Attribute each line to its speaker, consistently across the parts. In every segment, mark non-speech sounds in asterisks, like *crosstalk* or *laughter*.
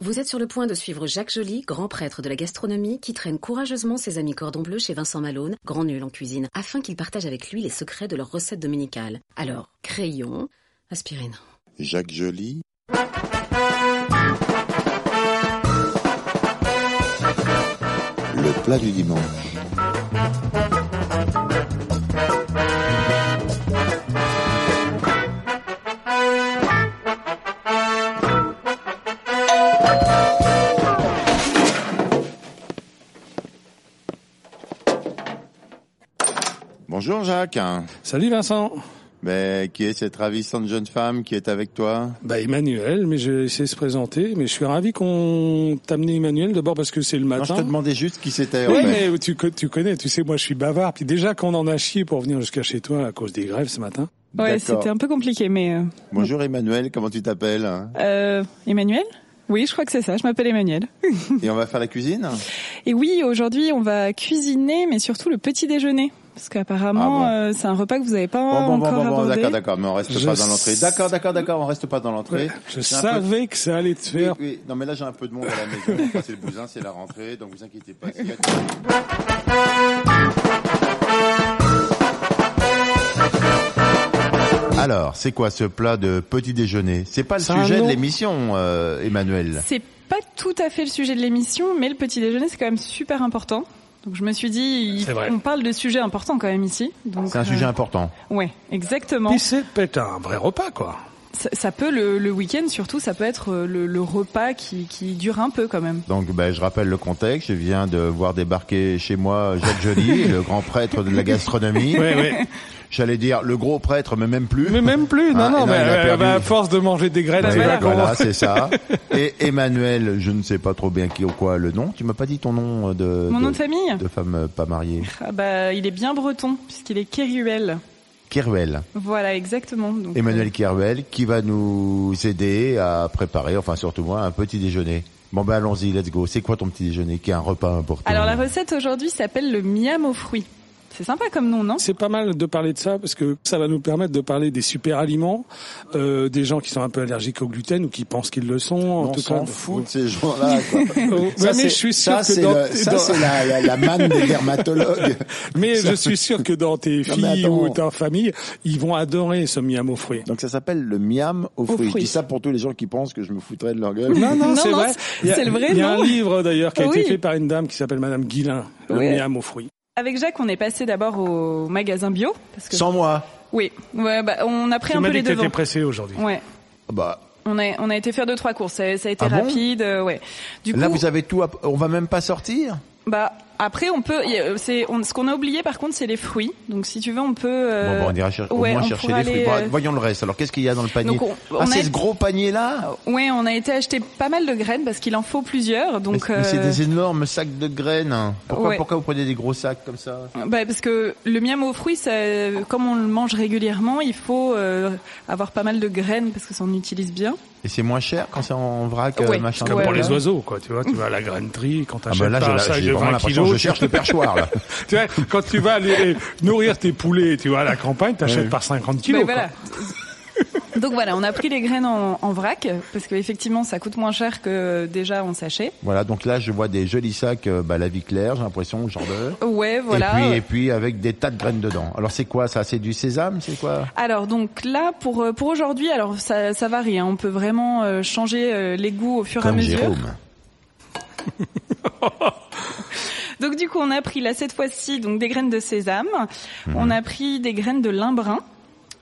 Speaker 1: Vous êtes sur le point de suivre Jacques Joly, grand prêtre de la gastronomie, qui traîne courageusement ses amis cordon bleu chez Vincent Malone, grand nul en cuisine, afin qu'il partage avec lui les secrets de leurs recettes dominicales. Alors, crayon, aspirine.
Speaker 2: Jacques Joly, le plat du dimanche. Bonjour Jacques.
Speaker 3: Salut Vincent.
Speaker 2: Mais qui est cette ravissante jeune femme qui est avec toi
Speaker 3: Bah Emmanuel, mais j'ai essayé de se présenter, mais je suis ravi qu'on t'amène Emmanuel d'abord parce que c'est le
Speaker 2: Non, je
Speaker 3: matin.
Speaker 2: te demandais juste qui c'était. en
Speaker 3: oui,
Speaker 2: fait.
Speaker 3: mais tu, co- tu connais, tu sais, moi je suis bavard. Puis déjà qu'on en a chié pour venir jusqu'à chez toi à cause des grèves ce matin.
Speaker 4: Ouais,
Speaker 2: D'accord.
Speaker 4: c'était un peu compliqué, mais euh,
Speaker 2: Bonjour Emmanuel, comment tu t'appelles
Speaker 3: *laughs*
Speaker 2: hein
Speaker 4: euh, Emmanuel. Oui, je crois que c'est ça. Je m'appelle Emmanuel.
Speaker 2: Et on va faire la cuisine
Speaker 4: Et oui, aujourd'hui, on va cuisiner, mais surtout le petit déjeuner, parce qu'apparemment,
Speaker 2: Ah bon
Speaker 4: euh, c'est un repas que vous n'avez pas
Speaker 2: Bon, bon, bon,
Speaker 4: encore
Speaker 2: bon, bon,
Speaker 4: abordé.
Speaker 2: d'accord, d'accord, mais on reste
Speaker 3: Je
Speaker 2: pas dans l'entrée.
Speaker 3: sais-
Speaker 2: D'accord, d'accord, d'accord, on reste pas dans l'entrée.
Speaker 3: Je
Speaker 2: J'ai un peu-
Speaker 3: savais que ça allait te
Speaker 2: Oui,
Speaker 3: faire.
Speaker 2: oui. Non, mais là, j'ai un peu de monde à la maison. Enfin, c'est le bousin, c'est la rentrée, donc vous inquiétez pas. s'il y a- Alors, c'est quoi ce plat de petit déjeuner C'est pas le
Speaker 3: C'est un
Speaker 2: sujet de
Speaker 3: nom.
Speaker 2: l'émission, euh, Emmanuel.
Speaker 4: C'est pas tout à fait le sujet de l'émission, mais le petit déjeuner, c'est quand même super important. Donc je me suis dit, il-
Speaker 3: C'est vrai.
Speaker 4: on parle de sujets importants quand même ici. Donc,
Speaker 2: C'est un
Speaker 4: euh,
Speaker 2: sujet important.
Speaker 4: Ouais, exactement.
Speaker 3: Puis c'est peut-être un vrai repas, quoi.
Speaker 4: Ça, ça peut le, le week-end surtout, ça peut être euh, le, le repas qui, qui dure un peu quand même.
Speaker 2: Donc, ben, je rappelle le contexte. Je viens de voir débarquer chez moi Jacques Joly, le grand prêtre de la gastronomie.
Speaker 3: Ouais, ouais.
Speaker 2: J'allais dire le gros prêtre, mais même plus.
Speaker 3: *laughs* Mais même plus. Non,
Speaker 2: Ah,
Speaker 3: non,
Speaker 2: non,
Speaker 3: mais
Speaker 2: il a
Speaker 3: euh,
Speaker 2: perdu.
Speaker 3: bah, à force de manger des graines,
Speaker 4: Bah,
Speaker 3: tu
Speaker 2: Ouais,
Speaker 3: vas
Speaker 4: voilà.
Speaker 2: voilà,
Speaker 3: comprendre.
Speaker 2: c'est ça. Et Emmanuel, je ne sais pas trop bien qui ou quoi le nom. Tu m'as pas dit ton nom euh, de
Speaker 4: Mon
Speaker 2: de,
Speaker 4: nom de famille,
Speaker 2: de femme euh, pas mariée.
Speaker 4: Ah bah, il est bien breton puisqu'il est Keruel.
Speaker 2: Keruel.
Speaker 4: Voilà, exactement. Donc, euh.
Speaker 2: Emmanuel Keruel qui va nous aider à préparer, enfin surtout moi, un petit déjeuner. Bon ben allons-y, let's go. C'est quoi ton petit déjeuner qui est un repas important
Speaker 4: Alors la recette aujourd'hui s'appelle le miam aux fruits. C'est sympa comme nom, non
Speaker 3: C'est pas mal de parler de ça parce que ça va nous permettre de parler des super aliments, euh, des gens qui sont un peu allergiques au gluten ou qui pensent qu'ils le sont. en
Speaker 2: on
Speaker 3: tout
Speaker 2: s'en
Speaker 3: cas,
Speaker 2: fout de ces gens-là. quoi.
Speaker 3: Ouais, mais
Speaker 2: c'est-
Speaker 3: je suis sûr
Speaker 2: ça,
Speaker 3: que
Speaker 2: c'est
Speaker 3: dans-
Speaker 2: le- ça,
Speaker 3: dans-
Speaker 2: c'est la, la, la manne *laughs* des dermatologues.
Speaker 3: Mais
Speaker 2: Ça-
Speaker 3: je suis sûr que dans tes
Speaker 2: Non, mais
Speaker 3: filles
Speaker 2: attends.
Speaker 3: ou ta famille, ils vont adorer ce miam aux fruits.
Speaker 2: Donc ça s'appelle le miam aux fruits. Je
Speaker 4: fruits.
Speaker 2: dis ça pour tous les gens qui pensent que je me foutrais de leur gueule.
Speaker 4: Non, non,
Speaker 3: Il y a-
Speaker 4: c'est le vrai
Speaker 3: Il y a
Speaker 4: nom.
Speaker 3: un livre d'ailleurs qui a
Speaker 4: Oui.
Speaker 3: été fait par une dame qui s'appelle Madame Guillain, le
Speaker 4: Oui.
Speaker 3: miam aux fruits.
Speaker 4: Avec Jacques, on est passé d'abord au magasin bio parce que
Speaker 2: Sans moi.
Speaker 4: oui, ouais, bah, on a pris
Speaker 3: Tu
Speaker 4: un
Speaker 3: m'as
Speaker 4: peu
Speaker 3: dit
Speaker 4: les
Speaker 3: que t'étais
Speaker 4: devants.
Speaker 3: pressé aujourd'hui.
Speaker 4: Ouais,
Speaker 2: Bah,
Speaker 4: on a on a été faire deux trois courses, ça, ça a été
Speaker 2: Ah bon
Speaker 4: rapide, euh, ouais. Du coup,
Speaker 2: là vous avez tout. à- On va même pas sortir.
Speaker 4: bah après on peut, y a- euh, c'est on- ce qu'on a oublié par contre c'est les fruits. Donc si tu veux, on peut.
Speaker 2: Bon,
Speaker 4: euh,
Speaker 2: bon, on ira cher-
Speaker 4: ouais,
Speaker 2: au moins
Speaker 4: on
Speaker 2: chercher
Speaker 4: pourra
Speaker 2: les fruits.
Speaker 4: aller,
Speaker 2: Bon,
Speaker 4: euh,
Speaker 2: voyons le reste. Alors, qu'est-ce qu'il y a dans le panier
Speaker 4: Donc, on-
Speaker 2: Ah,
Speaker 4: on
Speaker 2: c'est
Speaker 4: a-
Speaker 2: ce gros panier-là
Speaker 4: Ouais, on a été acheter pas mal de graines parce qu'il en faut plusieurs.
Speaker 2: Mais
Speaker 4: Donc
Speaker 2: c'est- mais c'est
Speaker 4: euh,
Speaker 2: des énormes sacs de graines. hein. Pourquoi,
Speaker 4: Ouais.
Speaker 2: pourquoi vous prenez des gros sacs comme ça
Speaker 4: Bah parce que le miam aux fruits, ça, comme on le mange régulièrement, il faut euh, avoir pas mal de graines parce que ça en utilise bien.
Speaker 2: Et c'est moins cher quand c'est en vrac, euh,
Speaker 4: Ouais.
Speaker 2: machin.
Speaker 4: Parce
Speaker 3: Comme
Speaker 4: Ouais,
Speaker 3: pour
Speaker 4: ouais.
Speaker 3: les oiseaux, quoi. Tu vois, tu vas à la grainerie, quand
Speaker 2: Ah
Speaker 3: t'achètes
Speaker 2: ben là,
Speaker 3: pas
Speaker 2: j'ai
Speaker 3: un
Speaker 2: la-
Speaker 3: sac
Speaker 2: j'ai
Speaker 3: de
Speaker 2: vraiment
Speaker 3: 20
Speaker 2: l'impression que
Speaker 3: kilos,
Speaker 2: je
Speaker 3: *laughs*
Speaker 2: cherche le perchoir, là.
Speaker 3: tu vois, quand tu vas aller nourrir tes poulets, tu vois, à la campagne, t'achètes
Speaker 2: Ouais.
Speaker 3: par 50 kilos.
Speaker 4: Bah,
Speaker 2: *laughs*
Speaker 4: voilà. Donc voilà, on a pris les graines en, en vrac parce que effectivement, ça coûte moins cher que euh, déjà en sachet.
Speaker 2: Voilà, donc là, je vois des jolis sacs, euh, bah, la vie claire, j'ai l'impression, genre de...
Speaker 4: Ouais, voilà.
Speaker 2: Et puis, et puis, avec des tas de graines dedans. Alors, c'est quoi, ça? C'est du sésame? C'est quoi?
Speaker 4: Alors donc là pour euh, pour aujourd'hui, alors ça, ça varie. hein. On peut vraiment euh, changer euh, les goûts au fur et à
Speaker 2: Comme
Speaker 4: mesure.
Speaker 2: Jérôme.
Speaker 4: Donc du coup, on a pris là cette fois-ci donc des graines de sésame.
Speaker 2: Mhm.
Speaker 4: On a pris des graines de lin brun,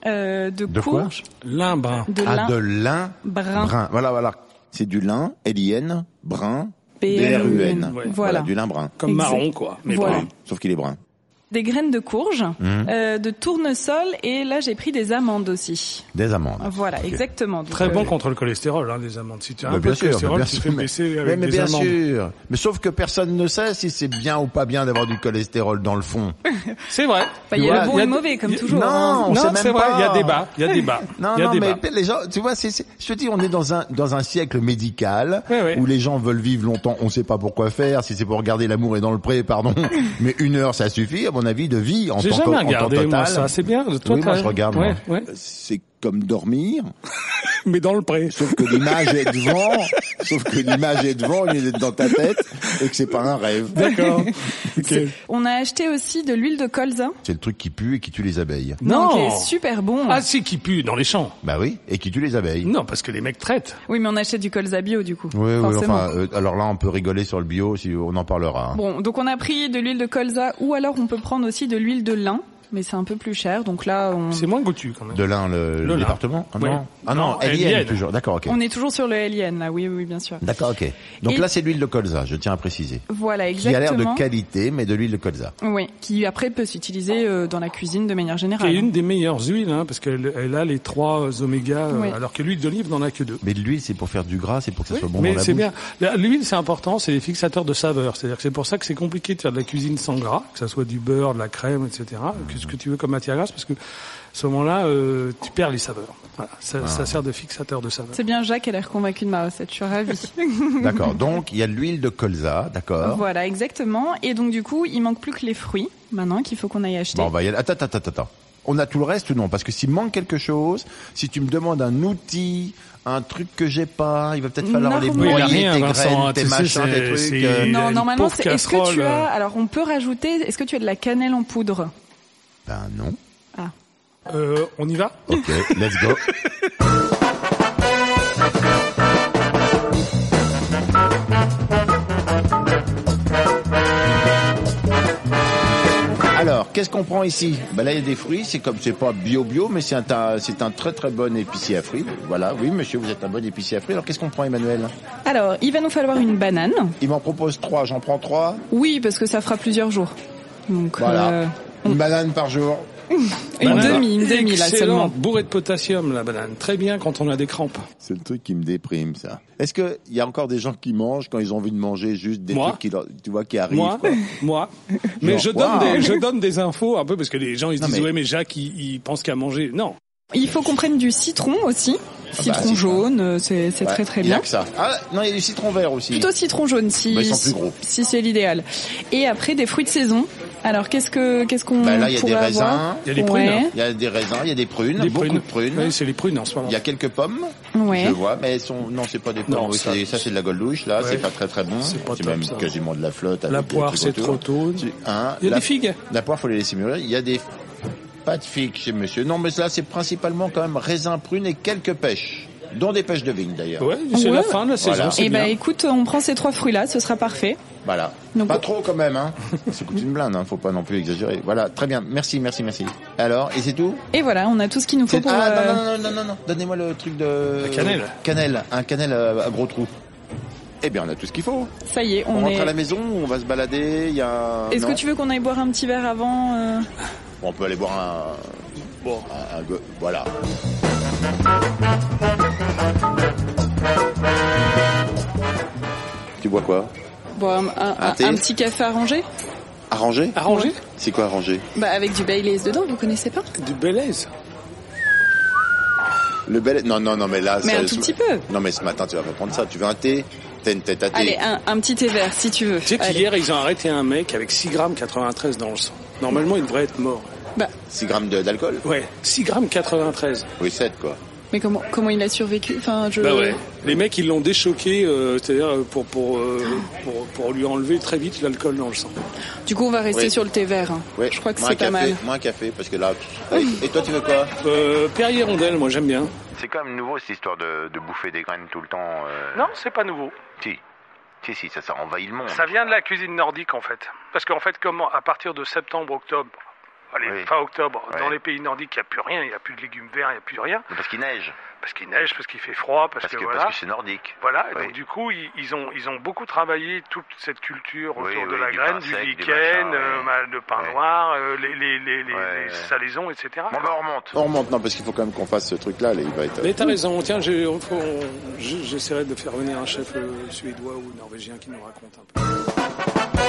Speaker 4: euh, de,
Speaker 2: De quoi
Speaker 4: courge,
Speaker 3: Limbrin.
Speaker 4: de
Speaker 2: Ah,
Speaker 4: lin
Speaker 2: de lin
Speaker 4: brun.
Speaker 2: brun. Voilà, voilà. C'est du lin, L-I-N, brun,
Speaker 4: B-R-U-N.
Speaker 2: B-R-U-N.
Speaker 3: Ouais.
Speaker 4: Voilà.
Speaker 2: du lin brun.
Speaker 3: Comme
Speaker 4: Exact.
Speaker 3: marron, quoi. Mais
Speaker 4: Voilà.
Speaker 3: brun.
Speaker 2: Sauf qu'il est brun.
Speaker 4: des graines de courge, euh, de tournesol et là j'ai pris des amandes aussi.
Speaker 2: Des amandes.
Speaker 4: Voilà,
Speaker 2: Ah, Ok.
Speaker 4: exactement. Donc,
Speaker 3: Très bon
Speaker 4: euh,
Speaker 3: contre le cholestérol, hein, les amandes. Si tu as un
Speaker 2: Mais Bah,
Speaker 3: peu
Speaker 2: bien
Speaker 3: de
Speaker 2: sûr, mais
Speaker 3: cholestérol,
Speaker 2: bien
Speaker 3: tu
Speaker 2: sûr,
Speaker 3: fais
Speaker 2: mais,
Speaker 3: baisser
Speaker 2: mais-
Speaker 3: avec
Speaker 2: mais
Speaker 3: des
Speaker 2: bien
Speaker 3: amandes.
Speaker 2: sûr. Mais sauf que personne ne sait si c'est bien ou pas bien d'avoir du cholestérol dans le fond.
Speaker 3: C'est vrai.
Speaker 4: Bah, il y
Speaker 3: Tu vois,
Speaker 4: a le bon et le
Speaker 3: d-
Speaker 4: mauvais, comme
Speaker 3: y-
Speaker 4: toujours.
Speaker 2: non,
Speaker 4: hein.
Speaker 2: on sait
Speaker 3: Non,
Speaker 2: même
Speaker 3: c'est vrai,
Speaker 2: pas.
Speaker 3: il y a débat, il y a débat.
Speaker 2: Non,
Speaker 3: il y a
Speaker 2: non,
Speaker 3: débat.
Speaker 2: mais les gens, tu vois, c'est, c'est- je te dis, on est dans un dans un siècle médical
Speaker 3: Ouais, ouais.
Speaker 2: où les gens veulent vivre longtemps. On sait pas pourquoi faire. Si c'est pour regarder l'amour est dans le pré,
Speaker 3: *laughs*
Speaker 2: pardon, mais une heure, ça suffit, à mon avis, de vie en
Speaker 3: J'ai
Speaker 2: temps,
Speaker 3: jamais
Speaker 2: en temps
Speaker 3: regardé,
Speaker 2: total.
Speaker 3: moi, ça. C'est bien. Toi,
Speaker 2: oui, moi,
Speaker 3: t'as-
Speaker 2: je regarde.
Speaker 3: Ouais,
Speaker 2: moi. *laughs*
Speaker 3: ouais.
Speaker 2: C'est comme dormir,
Speaker 3: Mais dans le pré.
Speaker 2: sauf que l'image est devant, *laughs* sauf que l'image est devant, il est dans ta tête, et que c'est pas un rêve. *laughs*
Speaker 3: D'accord. Ok.
Speaker 4: On a acheté aussi de l'huile de colza.
Speaker 2: C'est le truc qui pue et qui tue les abeilles.
Speaker 3: Non.
Speaker 4: qui est super bon.
Speaker 3: Ah, si, qui pue dans les champs.
Speaker 2: Bah oui, et qui tue les abeilles.
Speaker 3: Non, parce que les mecs traitent.
Speaker 4: Oui, mais on achète du colza bio du coup.
Speaker 2: Oui, oui,
Speaker 4: forcément.
Speaker 2: enfin, euh, alors là, on peut rigoler sur le bio, si on en parlera. hein.
Speaker 4: Bon, donc on a pris de l'huile de colza ou alors on peut prendre aussi de l'huile de lin, mais c'est un peu plus cher. Donc là, on,
Speaker 3: C'est moins goûtu, quand même.
Speaker 2: De l'un, le,
Speaker 3: Le lin.
Speaker 2: département ah,
Speaker 3: Ouais.
Speaker 2: non. ah non,
Speaker 3: Non,
Speaker 2: elle y
Speaker 3: elle y
Speaker 2: est
Speaker 3: est.
Speaker 2: toujours. D'accord, ok.
Speaker 4: on est toujours sur le LIN là. Oui, oui, bien sûr.
Speaker 2: D'accord, ok. Donc
Speaker 4: Et-
Speaker 2: là, c'est l'huile de colza, je tiens à préciser.
Speaker 4: Voilà,
Speaker 2: Qui a
Speaker 4: exactement.
Speaker 2: l'air de qualité, mais de l'huile de colza.
Speaker 4: Oui, qui après peut s'utiliser euh, dans la cuisine de manière
Speaker 3: Qui
Speaker 4: générale.
Speaker 3: est une des meilleures huiles, hein, parce qu'elle elle a les trois euh, oméga, euh,
Speaker 4: Oui.
Speaker 3: alors que l'huile d'olive n'en a que deux.
Speaker 2: Mais de l'huile, c'est pour faire du gras, c'est pour que ça soit bon
Speaker 3: mais
Speaker 2: dans la
Speaker 3: c'est
Speaker 2: bouche.
Speaker 3: bien. La- L'huile, c'est important, c'est les fixateurs de saveur. C'est-à-dire que c'est pour ça que c'est compliqué de faire de la cuisine sans gras, que ça soit du beurre, de la crème, etc.
Speaker 2: Mmh.
Speaker 3: Que ce que tu veux comme matière grasse, parce que à ce moment-là, euh, tu perds les saveurs. Voilà. Ça,
Speaker 2: Ah.
Speaker 3: ça sert de fixateur de saveur.
Speaker 4: C'est bien Jacques, elle a l'air convaincu de ma recette, je suis ravie.
Speaker 2: D'accord. Donc, il y a de l'huile de colza, d'accord.
Speaker 4: voilà, exactement. Et donc du coup, il manque plus que les fruits maintenant qu'il faut qu'on aille acheter.
Speaker 2: Bon, on va y aller. Attends, attends, attends, attends. On a tout le reste ou non Parce que s'il manque quelque chose, si tu me demandes un outil, un truc que j'ai pas, il va peut-être falloir les
Speaker 4: Normalement, Oui, il
Speaker 2: broyer,
Speaker 4: a
Speaker 2: tes
Speaker 3: Vincent, hein,
Speaker 2: graines, tes
Speaker 3: tu sais,
Speaker 2: machins, tes
Speaker 3: c'est-
Speaker 2: trucs.
Speaker 3: c'est-
Speaker 2: euh,
Speaker 3: il y a
Speaker 4: non,
Speaker 3: une
Speaker 4: normalement,
Speaker 3: pauvre
Speaker 4: c'est- est-ce que tu
Speaker 3: casserole,
Speaker 4: as
Speaker 3: euh.
Speaker 4: alors on peut rajouter est-ce que tu as de la cannelle en poudre
Speaker 2: Ben non.
Speaker 3: Euh, on y va
Speaker 2: Ok, let's go. Alors, qu'est-ce qu'on prend ici Bah là, il y a des fruits. C'est comme, c'est pas bio bio, mais c'est un, ta- c'est un très très bon épicier à fruits. Voilà, oui, monsieur, vous êtes un bon épicier à fruits. Alors, qu'est-ce qu'on prend, Emmanuel
Speaker 4: Alors, il va nous falloir une banane.
Speaker 2: Il m'en propose trois. J'en prends trois.
Speaker 4: Oui, parce que ça fera plusieurs jours. Donc
Speaker 2: Voilà.
Speaker 4: euh,
Speaker 2: Une banane par jour.
Speaker 4: une
Speaker 3: Banane.
Speaker 4: demi, une demi là
Speaker 3: Excellent.
Speaker 4: seulement.
Speaker 3: Bourrée de potassium, la banane. Très bien quand on a des crampes.
Speaker 2: C'est le truc qui me déprime, ça. Est-ce que il y a encore des gens qui mangent quand ils ont envie de manger juste des
Speaker 3: Moi
Speaker 2: trucs qui, leur- tu vois, qui arrivent
Speaker 3: Moi,
Speaker 2: quoi. *laughs*
Speaker 3: moi. Mais
Speaker 2: Genre,
Speaker 3: je donne,
Speaker 2: waouh.
Speaker 3: des, je donne des infos un peu parce que les gens ils se
Speaker 2: Non,
Speaker 3: disent
Speaker 2: mais-
Speaker 3: ouais mais Jacques il, il pense qu'à manger. Non.
Speaker 4: Il faut qu'on prenne du citron aussi. Citron
Speaker 2: Ah bah, citron.
Speaker 4: jaune, euh, c'est c'est
Speaker 2: Ouais,
Speaker 4: très très
Speaker 2: il y a
Speaker 4: bien.
Speaker 2: que ça. Ah non, il y a du citron vert aussi.
Speaker 4: Plutôt citron jaune si
Speaker 2: Bah, ils sont plus gros.
Speaker 4: si c'est l'idéal. Et après des fruits de saison. Alors qu'est-ce que qu'est-ce qu'on
Speaker 2: Bah, là, il y a
Speaker 4: pourrait
Speaker 2: des raisins.
Speaker 4: avoir
Speaker 3: Il y a des
Speaker 4: Ouais.
Speaker 2: Il y a des raisins, il y a des prunes,
Speaker 3: Des
Speaker 2: beaucoup de prunes.
Speaker 3: Oui, c'est les prunes en ce moment.
Speaker 2: Il y a quelques pommes,
Speaker 4: Ouais.
Speaker 2: je vois, mais elles sont non, c'est pas des pommes.
Speaker 3: Non,
Speaker 2: oui,
Speaker 3: ça-
Speaker 2: c'est- ça, c'est de la goldouche là,
Speaker 3: Ouais.
Speaker 2: c'est pas très très bon.
Speaker 3: C'est pas top,
Speaker 2: même
Speaker 3: ça.
Speaker 2: quasiment de la flotte. avec
Speaker 3: La
Speaker 2: des
Speaker 3: poire
Speaker 2: trucs
Speaker 3: c'est
Speaker 2: autour.
Speaker 3: trop tôt.
Speaker 2: Tu- hein,
Speaker 3: Il y a
Speaker 2: la-
Speaker 3: des figues.
Speaker 2: La poire, faut les laisser mûrir. Il y a des pas de figues chez Monsieur. Non, mais là, c'est principalement quand même raisins, prunes et quelques pêches, dont des pêches de vigne d'ailleurs.
Speaker 3: Ouais, c'est
Speaker 4: Ouais.
Speaker 3: la fin de la
Speaker 2: Voilà.
Speaker 3: saison.
Speaker 4: Eh
Speaker 3: c'est
Speaker 4: ben
Speaker 3: bien.
Speaker 4: écoute, on prend ces trois fruits là, ce sera parfait.
Speaker 2: Voilà.
Speaker 4: Donc-
Speaker 2: pas trop quand même,
Speaker 3: *laughs*
Speaker 2: hein. Ça coûte une blinde, hein. Faut pas non plus exagérer. Voilà. Très bien. Merci, merci, merci. Alors, et c'est tout?
Speaker 4: Et voilà, on a tout ce qu'il nous faut
Speaker 2: C'est-
Speaker 4: pour
Speaker 2: Ah,
Speaker 4: euh,
Speaker 2: non, non, non, non, non, non. Donnez-moi le truc de...
Speaker 3: La cannelle.
Speaker 2: Cannelle. Un cannelle euh, à gros trou. Eh bien, on a tout ce qu'il faut.
Speaker 4: ça y est,
Speaker 2: On,
Speaker 4: on,
Speaker 2: rentre
Speaker 4: est
Speaker 2: à la maison, on va se balader, il y a...
Speaker 4: Est-ce
Speaker 2: non
Speaker 4: que tu veux qu'on aille boire un petit verre avant euh,
Speaker 2: On peut aller boire un... Bon. Un, un go- Voilà. Tu bois quoi
Speaker 4: boire un, un-
Speaker 2: Un
Speaker 4: un-
Speaker 2: thé
Speaker 4: un petit café arrangé
Speaker 2: Arrangé
Speaker 3: Arrangé
Speaker 2: C'est quoi arrangé
Speaker 4: Bah avec du Baileys dedans, vous connaissez pas
Speaker 3: du Belize.
Speaker 2: Le bel... Non, non, non, mais là...
Speaker 4: Mais
Speaker 2: ça-
Speaker 4: un tout
Speaker 2: ce-
Speaker 4: petit peu.
Speaker 2: Non, mais ce matin, tu vas pas prendre ça. Tu veux un thé T'as une tête à thé.
Speaker 4: Allez, un, un petit thé vert si tu veux.
Speaker 3: Tu sais
Speaker 4: Allez.
Speaker 3: qu'hier ils ont arrêté un mec avec 6 grammes 93 dans le sang. Normalement il devrait être mort.
Speaker 4: Bah,
Speaker 2: 6 grammes de- d'alcool
Speaker 3: Ouais, 6 grammes 93.
Speaker 2: Oui, 7, quoi.
Speaker 4: mais comment comment il a survécu Enfin, je
Speaker 3: Bah ouais. Les mecs ils l'ont déchoqué, euh, c'est-à-dire euh, pour pour, euh, pour pour lui enlever très vite l'alcool dans le sang.
Speaker 4: Du coup, on va rester
Speaker 2: Oui.
Speaker 4: sur le thé vert. hein.
Speaker 2: Ouais,
Speaker 4: Je crois que
Speaker 2: moins
Speaker 4: c'est
Speaker 2: un
Speaker 4: pas
Speaker 2: café,
Speaker 4: mal.
Speaker 2: Moins un café, parce que là... Et toi, tu veux quoi
Speaker 3: Euh, Perrier rondelle, moi j'aime bien.
Speaker 5: C'est quand même nouveau cette histoire de, de bouffer des graines tout le temps. euh,
Speaker 6: Non, c'est pas nouveau.
Speaker 5: Si. Si, si, ça, ça
Speaker 3: Ah.
Speaker 5: envahit le monde.
Speaker 6: Ça vient de la cuisine nordique en fait. Parce qu'en fait, comment à partir de septembre, octobre,
Speaker 3: allez,
Speaker 5: Oui.
Speaker 3: fin octobre,
Speaker 5: Ouais.
Speaker 3: dans les pays nordiques, il n'y a plus rien, il n'y a plus de légumes verts, il n'y a plus de rien,
Speaker 5: Parce qu'il neige.
Speaker 3: parce qu'il neige, parce qu'il fait froid, parce,
Speaker 5: Parce
Speaker 3: que,
Speaker 5: que
Speaker 3: voilà.
Speaker 5: parce que c'est nordique.
Speaker 3: Voilà, et
Speaker 5: Oui.
Speaker 3: donc du coup, ils, ils ont, ils ont beaucoup travaillé toute cette culture autour
Speaker 5: Oui,
Speaker 3: de
Speaker 5: oui,
Speaker 3: la
Speaker 5: du
Speaker 3: graine,
Speaker 5: pain
Speaker 3: du
Speaker 5: sec, des
Speaker 3: lichen,
Speaker 5: machins,
Speaker 3: euh,
Speaker 5: ouais.
Speaker 3: mal- le pain
Speaker 5: Ouais.
Speaker 3: noir, euh, les, les, les, les-
Speaker 5: Ouais,
Speaker 3: les
Speaker 5: ouais.
Speaker 3: salaisons, etc.
Speaker 5: Bon, bah, on remonte.
Speaker 2: On remonte, non, parce qu'il faut quand même qu'on fasse ce truc-là, là, il va être...
Speaker 3: Mais t'as raison, tiens, j'ai- on- on- j'- j'essaierai de faire venir un chef euh, suédois ou norvégien qui nous raconte un peu.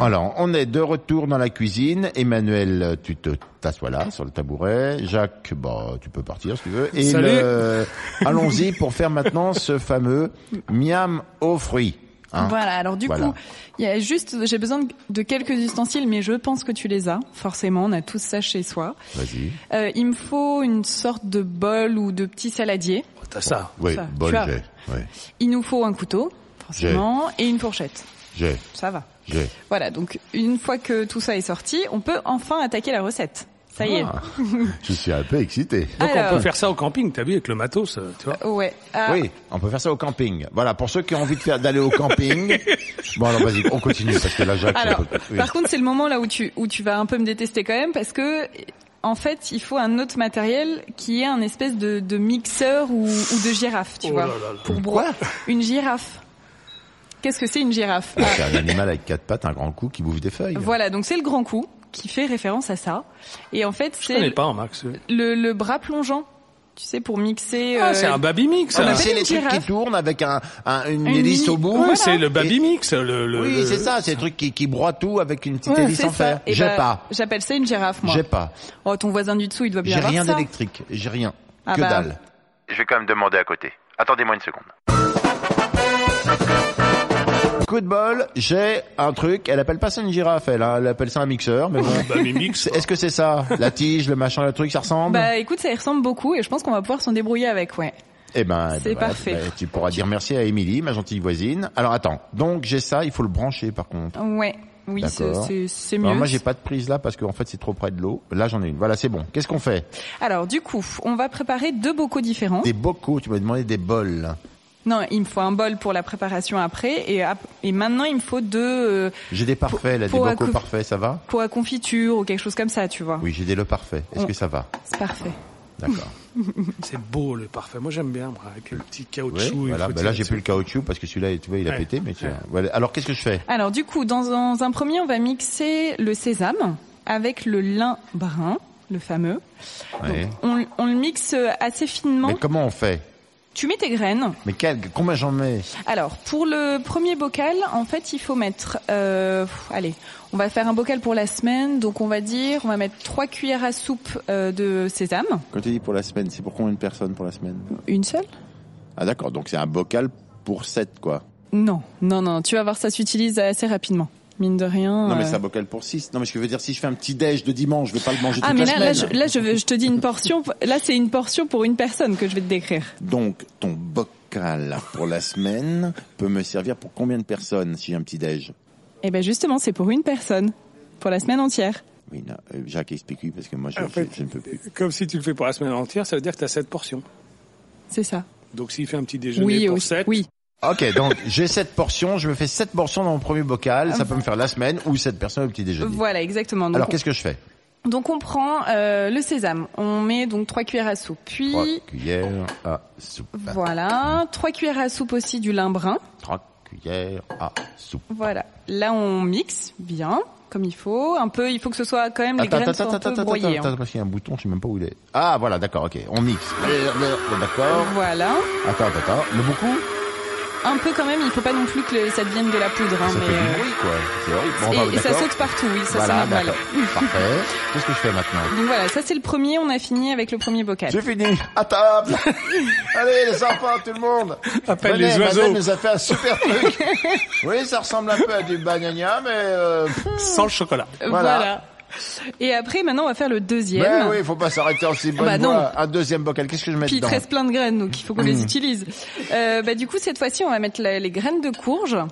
Speaker 2: Alors, on est de retour dans la cuisine. Emmanuel, tu te t'assois là, sur le tabouret. Jacques, bah, tu peux partir si tu veux. Et
Speaker 3: Salut.
Speaker 2: le- allons-y pour faire maintenant ce fameux miam aux fruits. hein.
Speaker 4: Voilà, alors du
Speaker 2: Voilà.
Speaker 4: coup, il y a juste, j'ai besoin de- de quelques ustensiles, mais je pense que tu les as, forcément, on a tous ça chez soi.
Speaker 2: Vas-y.
Speaker 4: Euh, il me faut une sorte de bol ou de petit saladier.
Speaker 3: T'as ça.
Speaker 2: Oui,
Speaker 4: Ça,
Speaker 2: bol,
Speaker 4: tu as-
Speaker 2: j'ai. Oui,
Speaker 4: Il nous faut un couteau, forcément, et une fourchette.
Speaker 2: j'ai,
Speaker 4: Ça va.
Speaker 2: j'ai.
Speaker 4: Voilà, donc une fois que tout ça est sorti, on peut enfin attaquer la recette. Ça y est.
Speaker 2: Ah, je suis un peu excité.
Speaker 3: Donc on
Speaker 4: Alors.
Speaker 3: peut faire ça au camping, t'as vu, avec le matos, euh, tu vois.
Speaker 4: Ouais. Ah,
Speaker 2: Oui, on peut faire ça au camping. Voilà, pour ceux qui ont envie de faire d'aller au
Speaker 4: *laughs*
Speaker 2: camping. bon, alors vas-y, on continue parce que là, Jacques.
Speaker 4: Alors,
Speaker 2: on peut- oui.
Speaker 4: par contre, c'est le moment là où tu où tu vas un peu me détester quand même parce que en fait, il faut un autre matériel qui est un espèce de, de mixeur ou, ou de girafe, tu
Speaker 3: Oh
Speaker 4: vois,
Speaker 3: là là là.
Speaker 4: pour broyer. Une girafe. Qu'est-ce que c'est une girafe Ah,
Speaker 2: C'est un animal avec quatre pattes, un grand cou qui bouffe des feuilles.
Speaker 4: Voilà, donc c'est le grand coup qui fait référence à ça. Et en fait,
Speaker 3: Je connais
Speaker 4: c'est Euh,
Speaker 3: pas, hein, Max.
Speaker 4: le, le bras plongeant, tu sais, pour mixer.
Speaker 3: Ah,
Speaker 4: euh,
Speaker 3: c'est un baby mix.
Speaker 4: on
Speaker 3: ça.
Speaker 4: appelle
Speaker 2: C'est
Speaker 4: une
Speaker 2: les trucs qui
Speaker 4: girafe.
Speaker 2: tournent avec un, un- une,
Speaker 4: Une
Speaker 2: hélice au
Speaker 4: mini-
Speaker 2: bout.
Speaker 3: Ouais, c'est le baby mix. Le, le-
Speaker 2: Oui,
Speaker 3: le-
Speaker 2: c'est ça, c'est le truc qui, qui broie tout avec une petite
Speaker 4: Ouais,
Speaker 2: hélice
Speaker 4: c'est
Speaker 2: en fer.
Speaker 4: ça. Eh
Speaker 2: J'ai
Speaker 4: ben,
Speaker 2: pas.
Speaker 4: J'appelle ça une girafe, moi.
Speaker 2: J'ai pas.
Speaker 4: Oh, ton voisin du dessous, il doit bien
Speaker 2: J'ai
Speaker 4: avoir
Speaker 2: rien
Speaker 4: ça.
Speaker 2: d'électrique. J'ai rien.
Speaker 4: Ah
Speaker 2: que
Speaker 4: bah.
Speaker 2: dalle.
Speaker 5: Je vais quand même demander à côté. Attendez-moi une seconde.
Speaker 2: Coup de bol, j'ai un truc. Elle appelle pas ça une girafe, elle. hein, Elle appelle ça un mixeur, mais bon.
Speaker 3: Baby mix.
Speaker 2: *laughs* C'est- Est-ce que c'est ça La tige, le machin, le truc, ça ressemble
Speaker 4: Bah écoute, ça y ressemble beaucoup et je pense qu'on va pouvoir s'en débrouiller avec, ouais.
Speaker 2: Eh ben, eh ben,
Speaker 4: c'est
Speaker 2: voilà,
Speaker 4: parfait.
Speaker 2: bah, tu pourras dire merci à Émilie, ma gentille voisine. Alors attends, donc j'ai ça, il faut le brancher par contre.
Speaker 4: Ouais, oui, c'est-
Speaker 2: D'accord.
Speaker 4: c'est c'est mieux.
Speaker 2: Alors moi j'ai pas de prise là parce qu'en fait c'est trop près de l'eau. Là j'en ai une. Voilà, c'est bon. Qu'est-ce qu'on fait
Speaker 4: Alors du coup, on va préparer deux bocaux différents.
Speaker 2: Des bocaux, tu m'as demandé des bols.
Speaker 4: Non, il me faut un bol pour la préparation après et, ap- et maintenant il me faut deux euh,
Speaker 2: J'ai des parfaits là, des
Speaker 4: Pour- pour
Speaker 2: bocaux
Speaker 4: accou-
Speaker 2: parfaits, ça va
Speaker 4: pots à confiture ou quelque chose comme ça, tu vois.
Speaker 2: Oui, j'ai des le parfait. Est-ce
Speaker 4: On-
Speaker 2: que ça va
Speaker 4: C'est parfait.
Speaker 2: D'accord.
Speaker 3: *laughs* C'est beau, le parfait. Moi, j'aime bien, moi, avec le petit caoutchouc.
Speaker 2: Oui,
Speaker 3: il
Speaker 2: voilà.
Speaker 3: faut
Speaker 2: Ben là
Speaker 3: tirer
Speaker 2: j'ai plus le caoutchouc parce que celui-là tu vois il a
Speaker 3: Ouais.
Speaker 2: pété mais tu
Speaker 3: Ouais.
Speaker 2: voilà. Alors qu'est-ce que je fais
Speaker 4: Alors du coup, dans un, un premier, on va mixer le sésame avec le lin brun, le fameux.
Speaker 2: Ouais.
Speaker 4: On, on le mixe euh, assez
Speaker 2: Mais
Speaker 4: finement.
Speaker 2: comment on fait
Speaker 4: Tu mets tes graines.
Speaker 2: Mais quel combien j'en mets
Speaker 4: Alors, pour le premier bocal, en fait, il faut mettre... euh, pff, allez, on va faire un bocal pour la semaine, donc on va dire, on va mettre trois cuillères à soupe euh, de sésame.
Speaker 2: Quand tu dis pour la semaine, c'est pour combien de personnes pour la semaine
Speaker 4: Une seule
Speaker 2: Ah d'accord, donc c'est un bocal pour 7 quoi.
Speaker 4: Non, non, non, tu vas voir, ça s'utilise assez rapidement. Mine de rien.
Speaker 2: Non mais
Speaker 4: euh.
Speaker 2: c'est un bocal pour 6. Non mais ce que je veux dire si je fais un petit déj de dimanche, je vais pas le manger
Speaker 4: Ah
Speaker 2: toute
Speaker 4: mais
Speaker 2: la
Speaker 4: là, là, je,
Speaker 2: semaine.
Speaker 4: là je, veux- je te dis une portion. Là c'est une portion pour une personne que je vais te décrire.
Speaker 2: Donc ton bocal pour la semaine peut me servir pour combien de personnes si j'ai un petit déj
Speaker 4: Eh ben justement, c'est pour une personne, pour la semaine entière.
Speaker 2: Oui, non, euh, Jacques explique lui parce que moi je,
Speaker 3: En fait,
Speaker 2: je- je ne peux plus.
Speaker 3: Comme si tu le fais pour la semaine entière, ça veut dire que t'as 7 portions.
Speaker 4: C'est ça.
Speaker 3: Donc s'il fait un petit déjeuner
Speaker 4: Oui,
Speaker 3: pour
Speaker 4: aussi.
Speaker 3: 7,
Speaker 4: oui.
Speaker 2: Ok, donc *laughs* j'ai sept portions, je me fais sept portions dans mon premier bocal, ça peut me faire la semaine ou sept personnes au petit déjeuner.
Speaker 4: Voilà, exactement. Donc,
Speaker 2: Alors
Speaker 4: on-
Speaker 2: qu'est-ce que je fais
Speaker 4: donc on prend euh, le sésame, on met donc trois cuillères à soupe, puis
Speaker 2: Trois cuillères à soupe.
Speaker 4: voilà, trois cuillères à soupe aussi du lin brun.
Speaker 2: Trois cuillères à soupe.
Speaker 4: Voilà. Là on mixe bien, comme il faut, un peu. Il faut que ce soit quand même les graines soient un peu broyées. hein.
Speaker 2: attends, parce qu'il y a un bouton, je sais même pas où il est. Ah voilà, d'accord, ok, on mixe. D'accord.
Speaker 4: hein. Voilà.
Speaker 2: Attends, attends, attends. Le beaucoup
Speaker 4: Un peu quand même. Il faut pas non plus que le- ça devienne de la poudre. hein,
Speaker 2: Ça fait
Speaker 4: mais,
Speaker 2: du
Speaker 4: euh,
Speaker 2: bruit quoi. C'est horrible. Bon,
Speaker 4: et,
Speaker 2: bah,
Speaker 4: et ça
Speaker 2: d'accord.
Speaker 4: saute partout. Oui, ça
Speaker 2: Voilà,
Speaker 4: c'est normal.
Speaker 2: d'accord. Parfait. Qu'est-ce que je fais maintenant
Speaker 4: Donc voilà, ça c'est le premier. On a fini avec le premier bocal.
Speaker 2: J'ai fini. À table. Allez, les enfants, tout le monde.
Speaker 3: Appelle
Speaker 2: Venez,
Speaker 3: les
Speaker 2: Madeleine
Speaker 3: oiseaux.
Speaker 2: nous a fait un super
Speaker 4: *laughs*
Speaker 2: truc. oui, ça ressemble un peu à du banania, mais euh,
Speaker 3: sans le chocolat.
Speaker 2: Voilà.
Speaker 4: Voilà. Et après, maintenant, on va faire le deuxième.
Speaker 2: mais ben oui, faut pas s'arrêter en si bonne
Speaker 4: Bah non.
Speaker 2: voie. Un deuxième bocal. Qu'est-ce que je mets
Speaker 4: Puis il te
Speaker 2: dedans
Speaker 4: reste plein de graines, donc il faut qu'on
Speaker 2: Mmh.
Speaker 4: les utilise. Euh, bah, du coup, cette fois-ci, on va mettre la- les graines de courge. Euh,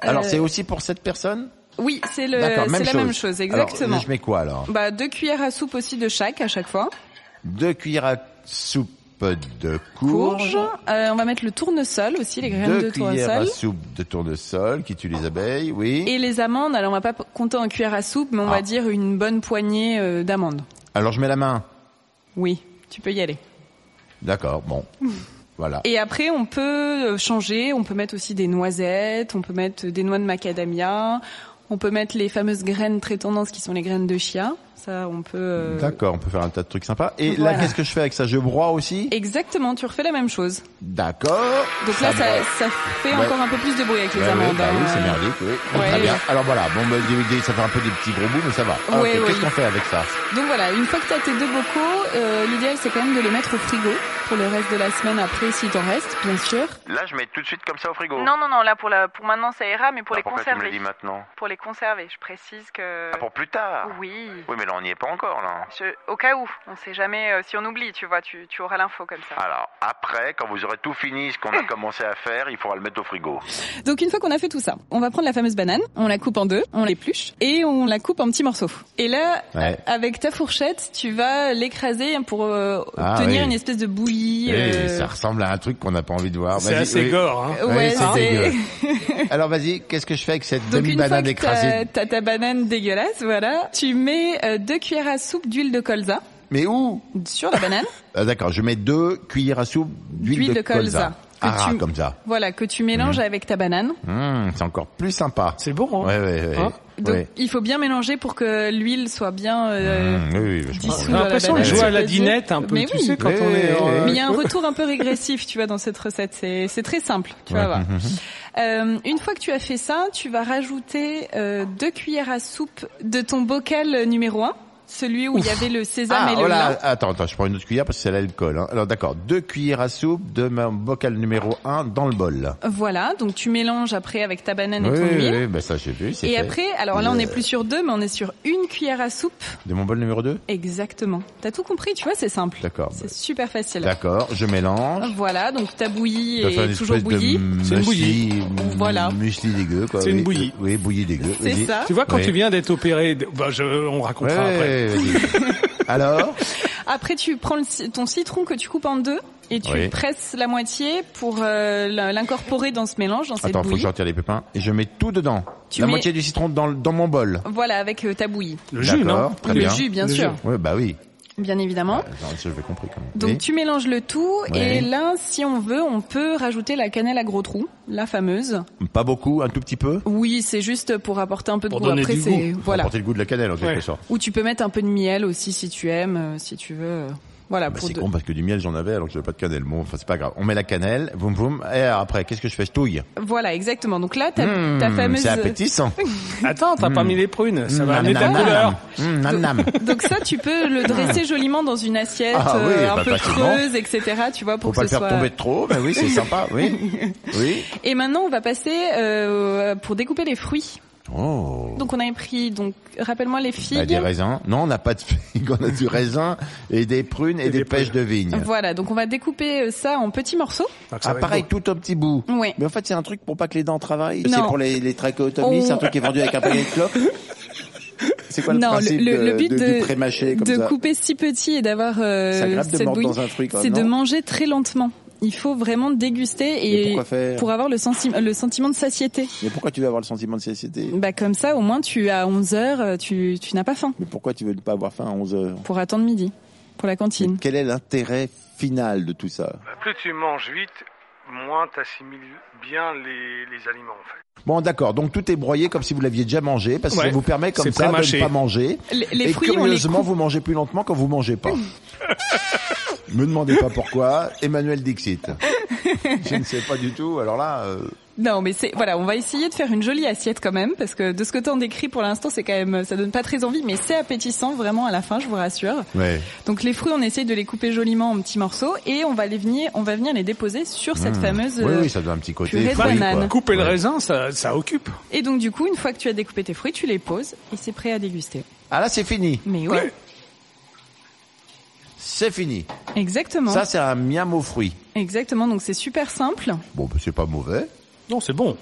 Speaker 2: Alors, c'est aussi pour cette personne
Speaker 4: Oui, c'est le,
Speaker 2: D'accord, même
Speaker 4: c'est la
Speaker 2: chose.
Speaker 4: même chose,
Speaker 2: Alors,
Speaker 4: exactement.
Speaker 2: je mets quoi alors
Speaker 4: Bah, deux cuillères à soupe aussi de chaque à chaque fois.
Speaker 2: Deux cuillères à soupe de courge,
Speaker 4: courge. Euh, on va mettre le tournesol aussi, les graines
Speaker 2: deux
Speaker 4: de
Speaker 2: cuillères à
Speaker 4: tournesol.
Speaker 2: soupe de tournesol qui tue les abeilles, oui.
Speaker 4: Oh. Et les amandes, alors on va pas p- compter en cuillère à soupe, mais on
Speaker 2: Ah.
Speaker 4: va dire une bonne poignée euh, d'amandes.
Speaker 2: Alors je mets la main.
Speaker 4: Oui, tu peux y aller.
Speaker 2: D'accord, bon.
Speaker 4: Mmh.
Speaker 2: Voilà.
Speaker 4: Et après, on peut euh, changer, on peut mettre aussi des noisettes, on peut mettre des noix de macadamia, on peut mettre les fameuses graines très tendances qui sont les graines de chia. Ça, on peut... euh,
Speaker 2: D'accord, on peut faire un tas de trucs sympas. Et
Speaker 4: Voilà.
Speaker 2: là, qu'est-ce que je fais avec ça Je broie aussi
Speaker 4: Exactement, tu refais la même chose.
Speaker 2: D'accord.
Speaker 4: Donc là, ça,
Speaker 2: broie.
Speaker 4: ça fait
Speaker 2: Ouais.
Speaker 4: encore un peu plus de bruit avec les
Speaker 2: Ouais,
Speaker 4: amandes.
Speaker 2: ouais, bah oui,
Speaker 4: hein.
Speaker 2: c'est merdique, oui.
Speaker 4: Ouais.
Speaker 2: Très bien. Alors voilà, bon, bah, des- des- ça fait un peu des petits gros bouts, mais ça va. Ah,
Speaker 4: Ouais,
Speaker 2: ok,
Speaker 4: ouais.
Speaker 2: Qu'est-ce qu'on fait avec ça
Speaker 4: Donc voilà, une fois que tu as tes deux bocaux, euh, l'idéal c'est quand même de les mettre au frigo pour le reste de la semaine après s'il t'en reste, bien sûr.
Speaker 5: Là, je mets tout de suite comme ça au frigo.
Speaker 4: non non, là pour la pour maintenant ça ira mais pour
Speaker 5: Ah, pourquoi tu me le dis maintenant
Speaker 4: Pour les conserver, je précise que
Speaker 5: Ah, pour plus tard
Speaker 4: oui.
Speaker 5: Oui, mais là, on n'y est pas encore, là.
Speaker 4: au cas où, on sait jamais euh, si on oublie, tu vois, tu, auras l'info comme ça.
Speaker 5: Alors, après, quand vous aurez tout fini, ce qu'on a commencé à faire, il faudra le mettre au frigo.
Speaker 4: Donc une fois qu'on a fait tout ça, on va prendre la fameuse banane, on la coupe en deux, on l'épluche et on la coupe en petits morceaux. Et là,
Speaker 2: Ouais.
Speaker 4: avec ta fourchette, tu vas l'écraser pour euh,
Speaker 2: Ah,
Speaker 4: obtenir
Speaker 2: oui.
Speaker 4: une espèce de bouillie.
Speaker 2: Eh,
Speaker 4: euh,
Speaker 2: Ça ressemble à un truc qu'on n'a pas envie de voir.
Speaker 3: C'est
Speaker 2: Vas-y,
Speaker 3: assez
Speaker 2: Ah, bah, oui.
Speaker 3: gore, hein.
Speaker 2: Oui,
Speaker 4: Ouais,
Speaker 2: c'est
Speaker 4: c'est-
Speaker 2: dégueu. Alors vas-y, qu'est-ce que je fais avec cette
Speaker 4: *laughs* Donc une fois
Speaker 2: demi-banane
Speaker 4: que t'as
Speaker 2: écrasée
Speaker 4: t'as ta banane dégueulasse, voilà, tu mets euh, deux cuillères à soupe d'huile de colza
Speaker 2: Mais où
Speaker 4: sur la banane, *laughs*
Speaker 2: Ah, D'accord, je mets deux cuillères à soupe d'huile de, colza.
Speaker 4: Que
Speaker 2: Ah,
Speaker 4: tu-
Speaker 2: comme ça.
Speaker 4: voilà, que tu mélanges
Speaker 2: Mmh.
Speaker 4: avec ta banane.
Speaker 2: Hum, c'est encore plus sympa.
Speaker 3: C'est bon, hein.
Speaker 2: Ouais, ouais, ouais.
Speaker 3: Hein
Speaker 4: Donc
Speaker 2: Ouais.
Speaker 4: il faut bien mélanger pour que l'huile soit bien. euh,
Speaker 2: Hum, oui, oui, je
Speaker 4: dissous
Speaker 2: comprends.
Speaker 3: J'ai l'impression
Speaker 4: Ouais,
Speaker 3: de
Speaker 4: ouais,
Speaker 3: jouer
Speaker 4: ouais.
Speaker 3: à la dinette un peu,
Speaker 4: Mais
Speaker 3: tu
Speaker 4: oui.
Speaker 3: sais, quand
Speaker 2: Ouais,
Speaker 3: on est...
Speaker 2: ouais,
Speaker 3: euh,
Speaker 4: Mais il y a un retour un peu régressif, tu vois, dans cette recette. C'est c'est très simple, tu vas
Speaker 2: Ouais. Mhm.
Speaker 4: voir. Euh, une fois que tu as fait ça, tu vas rajouter euh, deux cuillères à soupe de ton bocal numéro un, celui où il y avait le sésame
Speaker 2: Ah,
Speaker 4: et le
Speaker 2: oh là,
Speaker 4: lin.
Speaker 2: attends, attends, je prends une autre cuillère parce que c'est à l'alcool. hein. Alors d'accord, deux cuillères à soupe de mon bocal numéro 1 dans le bol.
Speaker 4: Voilà, donc tu mélanges après avec ta banane
Speaker 2: oui,
Speaker 4: et ton
Speaker 2: oui,
Speaker 4: huile.
Speaker 2: oui, bah ça j'ai vu. c'est
Speaker 4: Et
Speaker 2: fait.
Speaker 4: après, alors là on
Speaker 2: Euh.
Speaker 4: n'est plus sur deux, mais on est sur une cuillère à soupe.
Speaker 2: De mon bol numéro 2
Speaker 4: Exactement. T'as tout compris, tu vois, c'est simple.
Speaker 2: D'accord.
Speaker 4: C'est super facile.
Speaker 2: D'accord, je mélange.
Speaker 4: Voilà, donc ta bouillie
Speaker 2: Ça fait une
Speaker 4: Ah, est toujours
Speaker 2: espèce de
Speaker 4: bouillie.
Speaker 3: C'est une bouillie.
Speaker 2: muesli-
Speaker 4: Voilà.
Speaker 2: Muesli dégueu, quoi.
Speaker 3: C'est une
Speaker 2: Oui, euh,
Speaker 3: bouillie.
Speaker 2: Oui, bouillie dégueu.
Speaker 4: C'est
Speaker 2: vas-y.
Speaker 4: ça.
Speaker 3: Tu vois, quand
Speaker 2: Oui.
Speaker 3: tu viens d'être opéré, de- bah, je, on
Speaker 2: Ouais,
Speaker 3: racontera après.
Speaker 4: *laughs*
Speaker 2: vas-y. Alors
Speaker 4: Après, tu prends le ci- ton citron que tu coupes en deux et tu
Speaker 2: Oui.
Speaker 4: presses la moitié pour euh, l'in- l'incorporer dans ce mélange, dans cette
Speaker 2: Attends, faut que
Speaker 4: bouillie.
Speaker 2: je retire les pépins. Et je mets tout dedans.
Speaker 4: Tu
Speaker 2: La
Speaker 4: mets-
Speaker 2: moitié du citron dans, le- dans mon bol.
Speaker 4: Voilà, avec euh, ta bouillie.
Speaker 3: Le jus, non
Speaker 2: D'accord, très
Speaker 4: le
Speaker 2: bien.
Speaker 4: jus, bien
Speaker 3: Le
Speaker 4: sûr,
Speaker 2: Ouais, bah oui.
Speaker 4: bien évidemment.
Speaker 2: Attends, je l'ai compris quand même.
Speaker 4: Hein Donc
Speaker 2: Oui.
Speaker 4: tu mélanges le tout
Speaker 2: Ouais.
Speaker 4: et là, si on veut, on peut rajouter la cannelle à gros trous, la fameuse.
Speaker 2: Pas beaucoup, un tout petit peu.
Speaker 4: Oui, c'est juste pour apporter un peu de
Speaker 3: Pour
Speaker 4: goût.
Speaker 3: donner
Speaker 4: Après,
Speaker 3: du
Speaker 4: c'est
Speaker 2: Pour
Speaker 4: voilà.
Speaker 2: apporter le goût de la cannelle en quelque
Speaker 3: Ouais.
Speaker 2: sorte.
Speaker 4: Ou tu peux mettre un peu de miel aussi si tu aimes, euh, si tu veux. euh, Voilà
Speaker 2: Bah,
Speaker 4: pour
Speaker 2: c'est
Speaker 4: de-
Speaker 2: con parce que du miel j'en avais alors que j'avais pas de cannelle. Bon, enfin c'est pas grave. On met la cannelle, boum boum. Et après, qu'est-ce que je fais Je touille.
Speaker 4: Voilà, exactement. Donc là, ta,
Speaker 2: Mmh,
Speaker 4: ta fameuse.
Speaker 2: C'est appétissant.
Speaker 3: Attends,
Speaker 2: Hmm.
Speaker 3: t'as pas mis les prunes, ça va
Speaker 2: Nam,
Speaker 3: amener de la
Speaker 2: nam,
Speaker 3: couleur.
Speaker 2: nam. Mmh, nam, nam.
Speaker 4: Donc ça, tu peux le dresser joliment dans une assiette
Speaker 2: Ah oui,
Speaker 4: euh, un
Speaker 2: bah,
Speaker 4: peu
Speaker 2: facilement.
Speaker 4: creuse, etc. Tu vois,
Speaker 2: Faut
Speaker 4: pour
Speaker 2: pas
Speaker 4: que
Speaker 2: le
Speaker 4: ce
Speaker 2: faire
Speaker 4: soit.
Speaker 2: tomber de trop. Mais oui, c'est sympa.
Speaker 4: *laughs*
Speaker 2: Oui. Oui.
Speaker 4: Et maintenant, on va passer euh, pour découper les fruits.
Speaker 2: Oh.
Speaker 4: Donc on avait pris, donc rappelle-moi les
Speaker 2: Bah, des
Speaker 4: figues.
Speaker 2: raisins. Non, on n'a pas de figues. On a du raisin et des prunes et, des,
Speaker 3: des
Speaker 2: pêches de vigne.
Speaker 4: Ah, voilà, donc on va découper euh, ça en petits morceaux.
Speaker 3: Donc, ça
Speaker 2: Ah,
Speaker 3: va
Speaker 2: pareil,
Speaker 3: être
Speaker 2: tout au petit bout.
Speaker 4: Ouais.
Speaker 2: Mais en fait, c'est un truc pour pas que les dents travaillent.
Speaker 4: Non.
Speaker 2: C'est pour les, les trachéotomies.
Speaker 4: On-
Speaker 2: C'est un truc qui est vendu avec un panier de
Speaker 4: *laughs*
Speaker 2: clopes. C'est quoi le
Speaker 4: non, le,
Speaker 2: principe
Speaker 4: le-
Speaker 2: de,
Speaker 4: le but
Speaker 2: de,
Speaker 4: de,
Speaker 2: du pré-mâché comme
Speaker 4: de
Speaker 2: ça
Speaker 4: couper si petit et d'avoir euh,
Speaker 2: C'est agréable de
Speaker 4: cette
Speaker 2: mordre
Speaker 4: bouillie,
Speaker 2: dans un fruit, quoi,
Speaker 4: c'est de
Speaker 2: non
Speaker 4: manger très lentement. Il faut vraiment
Speaker 2: Mais
Speaker 4: déguster et
Speaker 2: pourquoi faire
Speaker 4: pour avoir le, sensi- le sentiment de satiété.
Speaker 2: Mais pourquoi tu veux avoir le sentiment de satiété
Speaker 4: Bah comme ça, au moins, tu à 11 heures, euh, tu, tu n'as pas faim
Speaker 2: Mais pourquoi tu veux ne pas avoir faim à 11 heures
Speaker 4: pour attendre midi, pour la cantine.
Speaker 2: Quel est l'intérêt final de tout ça
Speaker 6: Plus tu manges vite, moins tu assimiles bien les, les aliments en fait.
Speaker 2: Bon, d'accord. Donc tout est broyé comme si vous l'aviez déjà mangé, parce que
Speaker 3: Ouais.
Speaker 2: ça vous permet comme
Speaker 3: C'est
Speaker 2: ça de
Speaker 3: pré-mâché.
Speaker 2: ne pas manger.
Speaker 4: Les, les
Speaker 2: et
Speaker 4: fruits, on les
Speaker 2: curieusement,
Speaker 4: coupe.
Speaker 2: vous mangez plus lentement quand vous mangez
Speaker 4: *laughs*
Speaker 2: pas. Me demandez pas pourquoi. Emmanuel Dixit. Je ne sais pas du tout. Alors là, euh,
Speaker 4: Non, mais c'est voilà, on va essayer de faire une jolie assiette quand même, parce que de ce que t'en décris pour l'instant, c'est quand même, ça donne pas très envie, mais c'est appétissant vraiment à la fin, je vous rassure.
Speaker 2: ouais.
Speaker 4: Donc les fruits, on essaye de les couper joliment en petits morceaux et on va les venir, on va venir les déposer sur cette fameuse.
Speaker 2: hmm. Mmh. Oui,
Speaker 4: euh,
Speaker 2: oui, ça donne un petit côté.
Speaker 4: purée de
Speaker 2: fruit,
Speaker 4: banane.
Speaker 2: quoi.
Speaker 3: Couper le
Speaker 2: Ouais.
Speaker 3: raisin, ça, ça occupe.
Speaker 4: Et donc du coup, une fois que tu as découpé tes fruits, tu les poses et c'est prêt à déguster.
Speaker 2: Ah là, c'est fini.
Speaker 4: Mais oui,
Speaker 3: Ouais.
Speaker 2: C'est fini.
Speaker 4: exactement,
Speaker 2: Ça, c'est un miam aux fruits.
Speaker 4: exactement. Donc c'est super simple.
Speaker 2: Bon, bah, c'est pas mauvais.
Speaker 3: Non, c'est bon.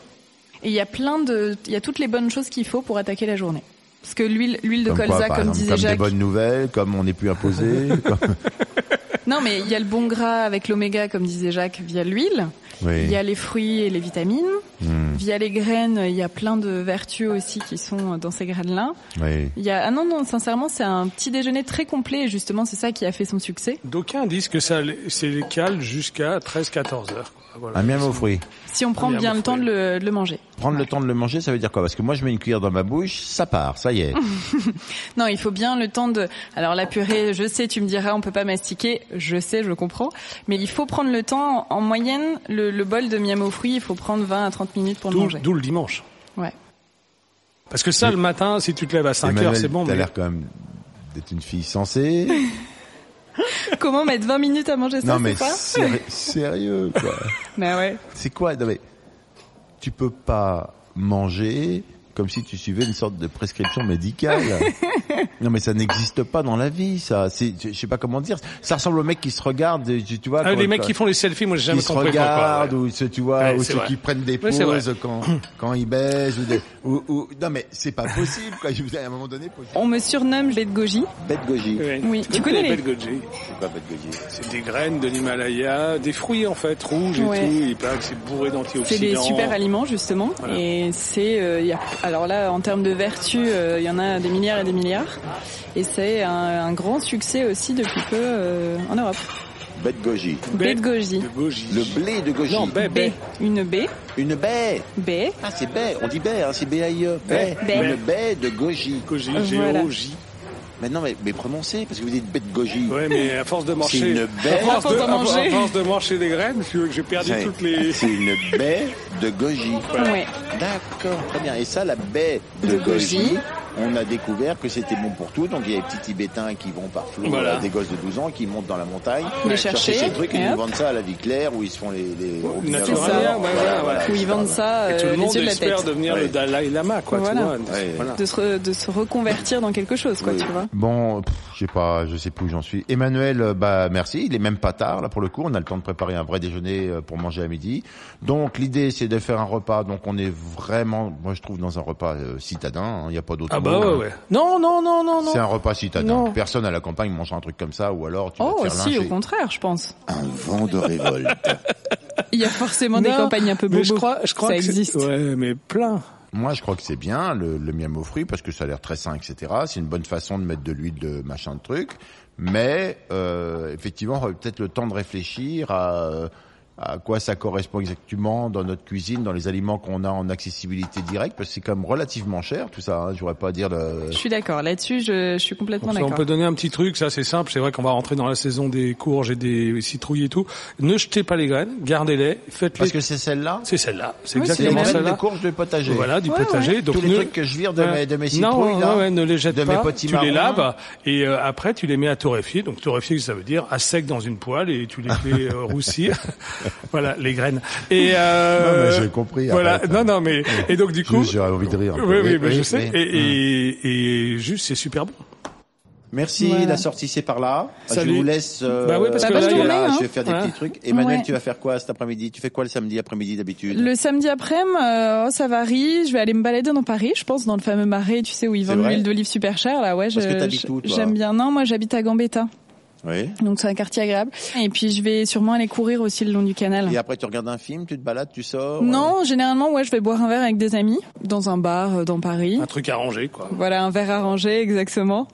Speaker 4: Et il y a plein de, il y a toutes les bonnes choses qu'il faut pour attaquer la journée. Parce que l'huile, l'huile de
Speaker 2: Comme quoi,
Speaker 4: colza,
Speaker 2: par
Speaker 4: comme
Speaker 2: exemple,
Speaker 4: disait
Speaker 2: comme des
Speaker 4: Jacques, *laughs*
Speaker 2: bonnes nouvelles, comme on n'est plus imposé. comme-
Speaker 4: Non, mais il y a le bon gras avec l'oméga, comme disait Jacques, via l'huile.
Speaker 7: Oui.
Speaker 4: Il y a les fruits et les vitamines.
Speaker 7: Hmm,
Speaker 2: Mm.
Speaker 4: Via les graines, il y a plein de vertus aussi qui sont dans ces graines-là.
Speaker 7: oui.
Speaker 4: Il y a ah non non sincèrement c'est un petit déjeuner très complet et justement c'est ça qui a fait son succès.
Speaker 3: D'aucuns disent que ça, les- c'est les cales jusqu'à 13-14 heures. Voilà.
Speaker 7: Un miam aux fruits.
Speaker 4: Si on prend
Speaker 3: Bien,
Speaker 4: bien
Speaker 3: bon
Speaker 4: le temps de
Speaker 3: fruit.
Speaker 4: le, de le manger.
Speaker 2: Prendre le temps de le manger, ça veut dire quoi Parce que moi, je mets une cuillère dans ma bouche, ça part, ça y
Speaker 4: *laughs*
Speaker 2: est.
Speaker 4: Non, il faut bien le temps de. Alors la purée, je sais, tu me diras, on peut pas mastiquer. Je sais, je comprends. Mais il faut prendre le temps. En moyenne, le, le bol de miam aux fruits, il faut prendre 20 à 30 minutes pour le
Speaker 3: D'où
Speaker 4: manger.
Speaker 3: d'où le dimanche.
Speaker 4: Ouais.
Speaker 3: Parce que ça, le matin, si tu te lèves à 5
Speaker 7: Emmanuel,
Speaker 3: heures, c'est bon.
Speaker 7: T'as
Speaker 3: mais-
Speaker 7: l'air quand même d'être une fille sensée.
Speaker 4: Comment mettre 20 minutes à manger ça
Speaker 7: non mais
Speaker 4: c'est quoi
Speaker 7: séri- sérieux quoi.
Speaker 4: Mais ouais.
Speaker 7: *laughs* C'est quoi Non mais tu peux pas manger comme si tu suivais une sorte de prescription *laughs* médicale. non mais ça n'existe pas dans la vie ça. C'est je je sais pas comment dire. Ça ressemble aux mecs qui se regardent, et tu, tu vois.
Speaker 3: Ah,
Speaker 7: quand-
Speaker 3: les mecs
Speaker 7: quand-
Speaker 3: qui font les selfies, moi j'ai
Speaker 7: qui
Speaker 3: jamais
Speaker 7: se
Speaker 3: compris. pourquoi,
Speaker 7: regardent
Speaker 3: ouais.
Speaker 7: ou ceux tu vois
Speaker 3: Ouais,
Speaker 7: ou
Speaker 3: c'est
Speaker 7: ceux
Speaker 3: vrai.
Speaker 7: qui prennent des
Speaker 3: Ouais, c'est vrai.
Speaker 7: pauses quand quand ils baisent ou, des- ou, ou- non mais c'est pas possible quoi. Je veux dire, à un moment donné. faut-
Speaker 4: On me surnomme les de goji.
Speaker 2: Bête goji.
Speaker 4: Oui. Tu connais les-
Speaker 3: goji
Speaker 2: C'est quoi bête goji
Speaker 3: C'est des graines de l'Himalaya, des fruits en fait, rouges
Speaker 4: Ouais.
Speaker 3: et tout. Il paraît que c'est bourré
Speaker 4: C'est
Speaker 3: d'antioxydants.
Speaker 4: des super aliments justement
Speaker 3: Voilà.
Speaker 4: et c'est euh, il y a, alors là en termes de vertus euh, il y en a des milliards et des milliards et c'est un, un grand succès aussi depuis peu euh, en Europe.
Speaker 2: Bête goji.
Speaker 4: Baie de goji.
Speaker 3: De goji.
Speaker 2: Le blé de goji.
Speaker 3: Non, baie,
Speaker 4: B,
Speaker 3: baie.
Speaker 4: une baie,
Speaker 2: Une baie.
Speaker 4: baie,
Speaker 2: Ah, c'est baie. On dit baie, hein, c'est B-A-I-E. Baie.
Speaker 4: Baie.
Speaker 2: Une baie de goji.
Speaker 3: Goji,
Speaker 4: Voilà.
Speaker 3: G-O-J.
Speaker 2: Mais non, mais, mais prononcez, parce que vous dites bête goji.
Speaker 3: Ouais, mais à force de marcher.
Speaker 2: C'est une baie.
Speaker 3: À force de,
Speaker 4: À force
Speaker 3: à-
Speaker 4: d'en
Speaker 3: à
Speaker 4: manger. Euh,
Speaker 3: force de manger des graines, tu veux que j'ai perdu
Speaker 2: Ouais.
Speaker 3: toutes les.
Speaker 2: C'est une baie de goji.
Speaker 4: ouais.
Speaker 2: D'accord, très bien. Et ça, la baie de,
Speaker 4: De
Speaker 2: goji,
Speaker 4: goji.
Speaker 2: on a découvert que c'était bon pour tout. Donc il y a des petits Tibétains qui vont par flot,
Speaker 3: Voilà.
Speaker 2: euh, des gosses de 12 ans qui montent dans la montagne,
Speaker 4: Les chercher,
Speaker 2: ces trucs et
Speaker 4: et
Speaker 2: nous
Speaker 4: hop.
Speaker 2: vendent ça à la vie claire où ils se font les... les
Speaker 3: Oh,
Speaker 2: robinets
Speaker 3: naturel,
Speaker 2: à l'envers.
Speaker 3: ouais, voilà, voilà.
Speaker 4: où ils vendent
Speaker 2: etc.
Speaker 4: ça
Speaker 3: Et tout
Speaker 4: euh,
Speaker 3: le
Speaker 4: les
Speaker 3: monde
Speaker 4: yeux de la
Speaker 3: espère
Speaker 4: tête,
Speaker 3: devenir
Speaker 2: Ouais.
Speaker 3: le Dalai Lama, quoi.
Speaker 4: Voilà.
Speaker 3: Tu vois,
Speaker 2: Ouais.
Speaker 3: voilà.
Speaker 4: de se, de se reconvertir dans quelque chose quoi
Speaker 2: Oui.
Speaker 4: tu vois.
Speaker 7: Bon, pff, je sais pas, je sais plus où j'en suis. Emmanuel, euh, bah merci, il est même pas tard là pour le coup, on a le temps de préparer un vrai déjeuner euh, pour manger à midi. Donc l'idée c'est de faire un repas, donc on est vraiment, moi je trouve dans un repas euh, citadin, il n'y a pas d'autre
Speaker 3: Ah bah
Speaker 7: mot,
Speaker 3: ouais,
Speaker 7: hein.
Speaker 3: ouais. Non, non, non,
Speaker 4: Oh
Speaker 3: non, non.
Speaker 7: C'est un repas citadin.
Speaker 3: Non.
Speaker 7: Personne à la campagne mange un truc comme ça, ou alors tu vas
Speaker 4: Oh
Speaker 7: te faire
Speaker 4: si au
Speaker 7: lyncher.
Speaker 4: contraire je pense.
Speaker 2: Un vent de révolte.
Speaker 4: Il y a forcément des
Speaker 3: Non,
Speaker 4: campagnes un peu
Speaker 3: Mais
Speaker 4: bobo.
Speaker 3: je crois, je crois
Speaker 4: ça
Speaker 3: que c'est-
Speaker 4: existe.
Speaker 3: Ouais, mais plein.
Speaker 7: Moi, je crois que c'est bien le, le miam aux fruits parce que ça a l'air très sain, etc. C'est une bonne façon de mettre de l'huile de machin de truc, mais euh, effectivement, on aurait peut-être le temps de réfléchir à, euh, à quoi ça correspond exactement dans notre cuisine, dans les aliments qu'on a en accessibilité directe, parce que c'est quand même relativement cher tout ça. Hein, J'aurais pas à dire le.
Speaker 4: Je suis d'accord là-dessus je, je suis complètement
Speaker 3: Comme ça, on
Speaker 4: d'accord.
Speaker 3: peut donner un petit truc, ça c'est simple, c'est vrai qu'on va rentrer dans la saison des courges et des citrouilles et tout. Ne jetez pas les graines, gardez-les, faites-les.
Speaker 7: Parce que c'est celle-là.
Speaker 3: C'est celle-là, c'est
Speaker 4: Oui, c'est
Speaker 7: C'est les
Speaker 3: exactement
Speaker 7: graines de
Speaker 3: celle-là.
Speaker 7: courge de potager.
Speaker 3: Voilà, du
Speaker 4: Ouais,
Speaker 3: potager.
Speaker 7: Tous
Speaker 3: Donc
Speaker 7: les
Speaker 3: ne-
Speaker 7: trucs que je vire de mes, de mes citrouilles
Speaker 3: non,
Speaker 7: là.
Speaker 3: ouais, ne les jette
Speaker 7: de
Speaker 3: pas.
Speaker 7: mes petits
Speaker 3: tu les
Speaker 7: marrons.
Speaker 3: laves et euh, après tu les mets à torréfier. Donc torréfier, ça veut dire à sec dans une poêle
Speaker 7: *laughs*
Speaker 3: et tu les fais euh, roussir. *laughs* voilà les graines. Et euh,
Speaker 7: Non, mais j'ai compris,
Speaker 3: Voilà.
Speaker 7: arrête. hein.
Speaker 3: non, non, mais et donc du coup.
Speaker 7: Juste, J'aurais envie de rire. un
Speaker 3: Oui,
Speaker 7: peu.
Speaker 3: oui, mais je
Speaker 7: oui.
Speaker 3: sais.
Speaker 7: Mm.
Speaker 3: Et, et, et juste, c'est super bon.
Speaker 2: Merci,
Speaker 4: Voilà.
Speaker 2: la sortie c'est par là. Bah,
Speaker 3: Salut.
Speaker 2: Je vous laisse. euh,
Speaker 3: Bah oui, parce
Speaker 4: Bah, que bonne là, il y a- journée, hein.
Speaker 2: je vais faire des
Speaker 3: Voilà.
Speaker 2: petits trucs. Emmanuel,
Speaker 4: Ouais.
Speaker 2: tu vas faire quoi cet après-midi Tu fais quoi le samedi après-midi d'habitude
Speaker 4: Le samedi après-midi, euh, oh, ça varie. Je vais aller me balader dans Paris, je pense, dans le fameux marais, tu sais, où ils
Speaker 2: C'est
Speaker 4: vendent
Speaker 2: vrai
Speaker 4: l'huile d'olive super chère. Là, ouais, je-
Speaker 2: Parce que t'habites
Speaker 4: je-
Speaker 2: où, toi
Speaker 4: j'aime bien. Non, moi, j'habite à Gambetta,
Speaker 2: Oui.
Speaker 4: donc c'est un quartier agréable. Et puis, je vais sûrement aller courir aussi le long du canal.
Speaker 2: Et après, tu regardes un film, tu te balades, tu sors. euh,
Speaker 4: Non, généralement, ouais, je vais boire un verre avec des amis dans un bar euh, dans Paris.
Speaker 3: Un truc arrangé, quoi.
Speaker 4: Voilà, un verre arrangé, exactement.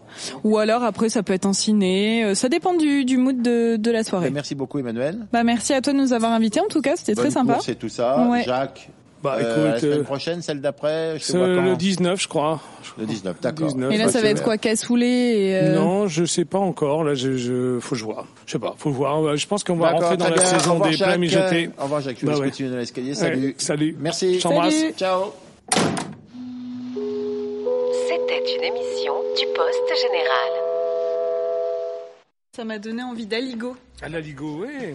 Speaker 4: Ou alors, après, ça peut être en ciné. Euh, Ça dépend du, du mood de, de la
Speaker 2: bah,
Speaker 4: soirée.
Speaker 2: Merci beaucoup, Emmanuel.
Speaker 4: Bah, merci à toi de nous avoir invités. En tout cas, c'était très
Speaker 2: Bonne
Speaker 4: sympa.
Speaker 2: course et tout ça.
Speaker 4: Ouais.
Speaker 2: Jacques.
Speaker 3: Bah
Speaker 2: euh, la
Speaker 3: écoute,
Speaker 2: semaine
Speaker 3: euh,
Speaker 2: prochaine, celle d'après, je te
Speaker 3: c'est
Speaker 2: vois quand
Speaker 3: le 19, je crois.
Speaker 2: Le 19, d'accord.
Speaker 3: 19.
Speaker 4: Et là, ça va être quoi, cassoulet et euh,
Speaker 3: Non, je sais pas encore. Là, je, je faut que je vois. Je sais pas, faut voir. Euh, Je pense qu'on va
Speaker 2: D'accord,
Speaker 3: rentrer dans
Speaker 2: très
Speaker 3: la
Speaker 2: bien. Au
Speaker 3: saison
Speaker 2: revoir,
Speaker 3: des plats
Speaker 2: Jacques.
Speaker 3: mijotés.
Speaker 2: Au revoir, Jacques. Je vous
Speaker 3: Bah
Speaker 2: laisse
Speaker 3: ouais.
Speaker 2: continuer dans l'escalier. Salut.
Speaker 3: Ouais, salut.
Speaker 2: Merci.
Speaker 3: J'embrasse.
Speaker 4: Salut.
Speaker 2: Ciao.
Speaker 8: C'était une émission du Poste Général.
Speaker 4: Ça m'a donné envie d'aligo.
Speaker 3: À la Ligo, ouais.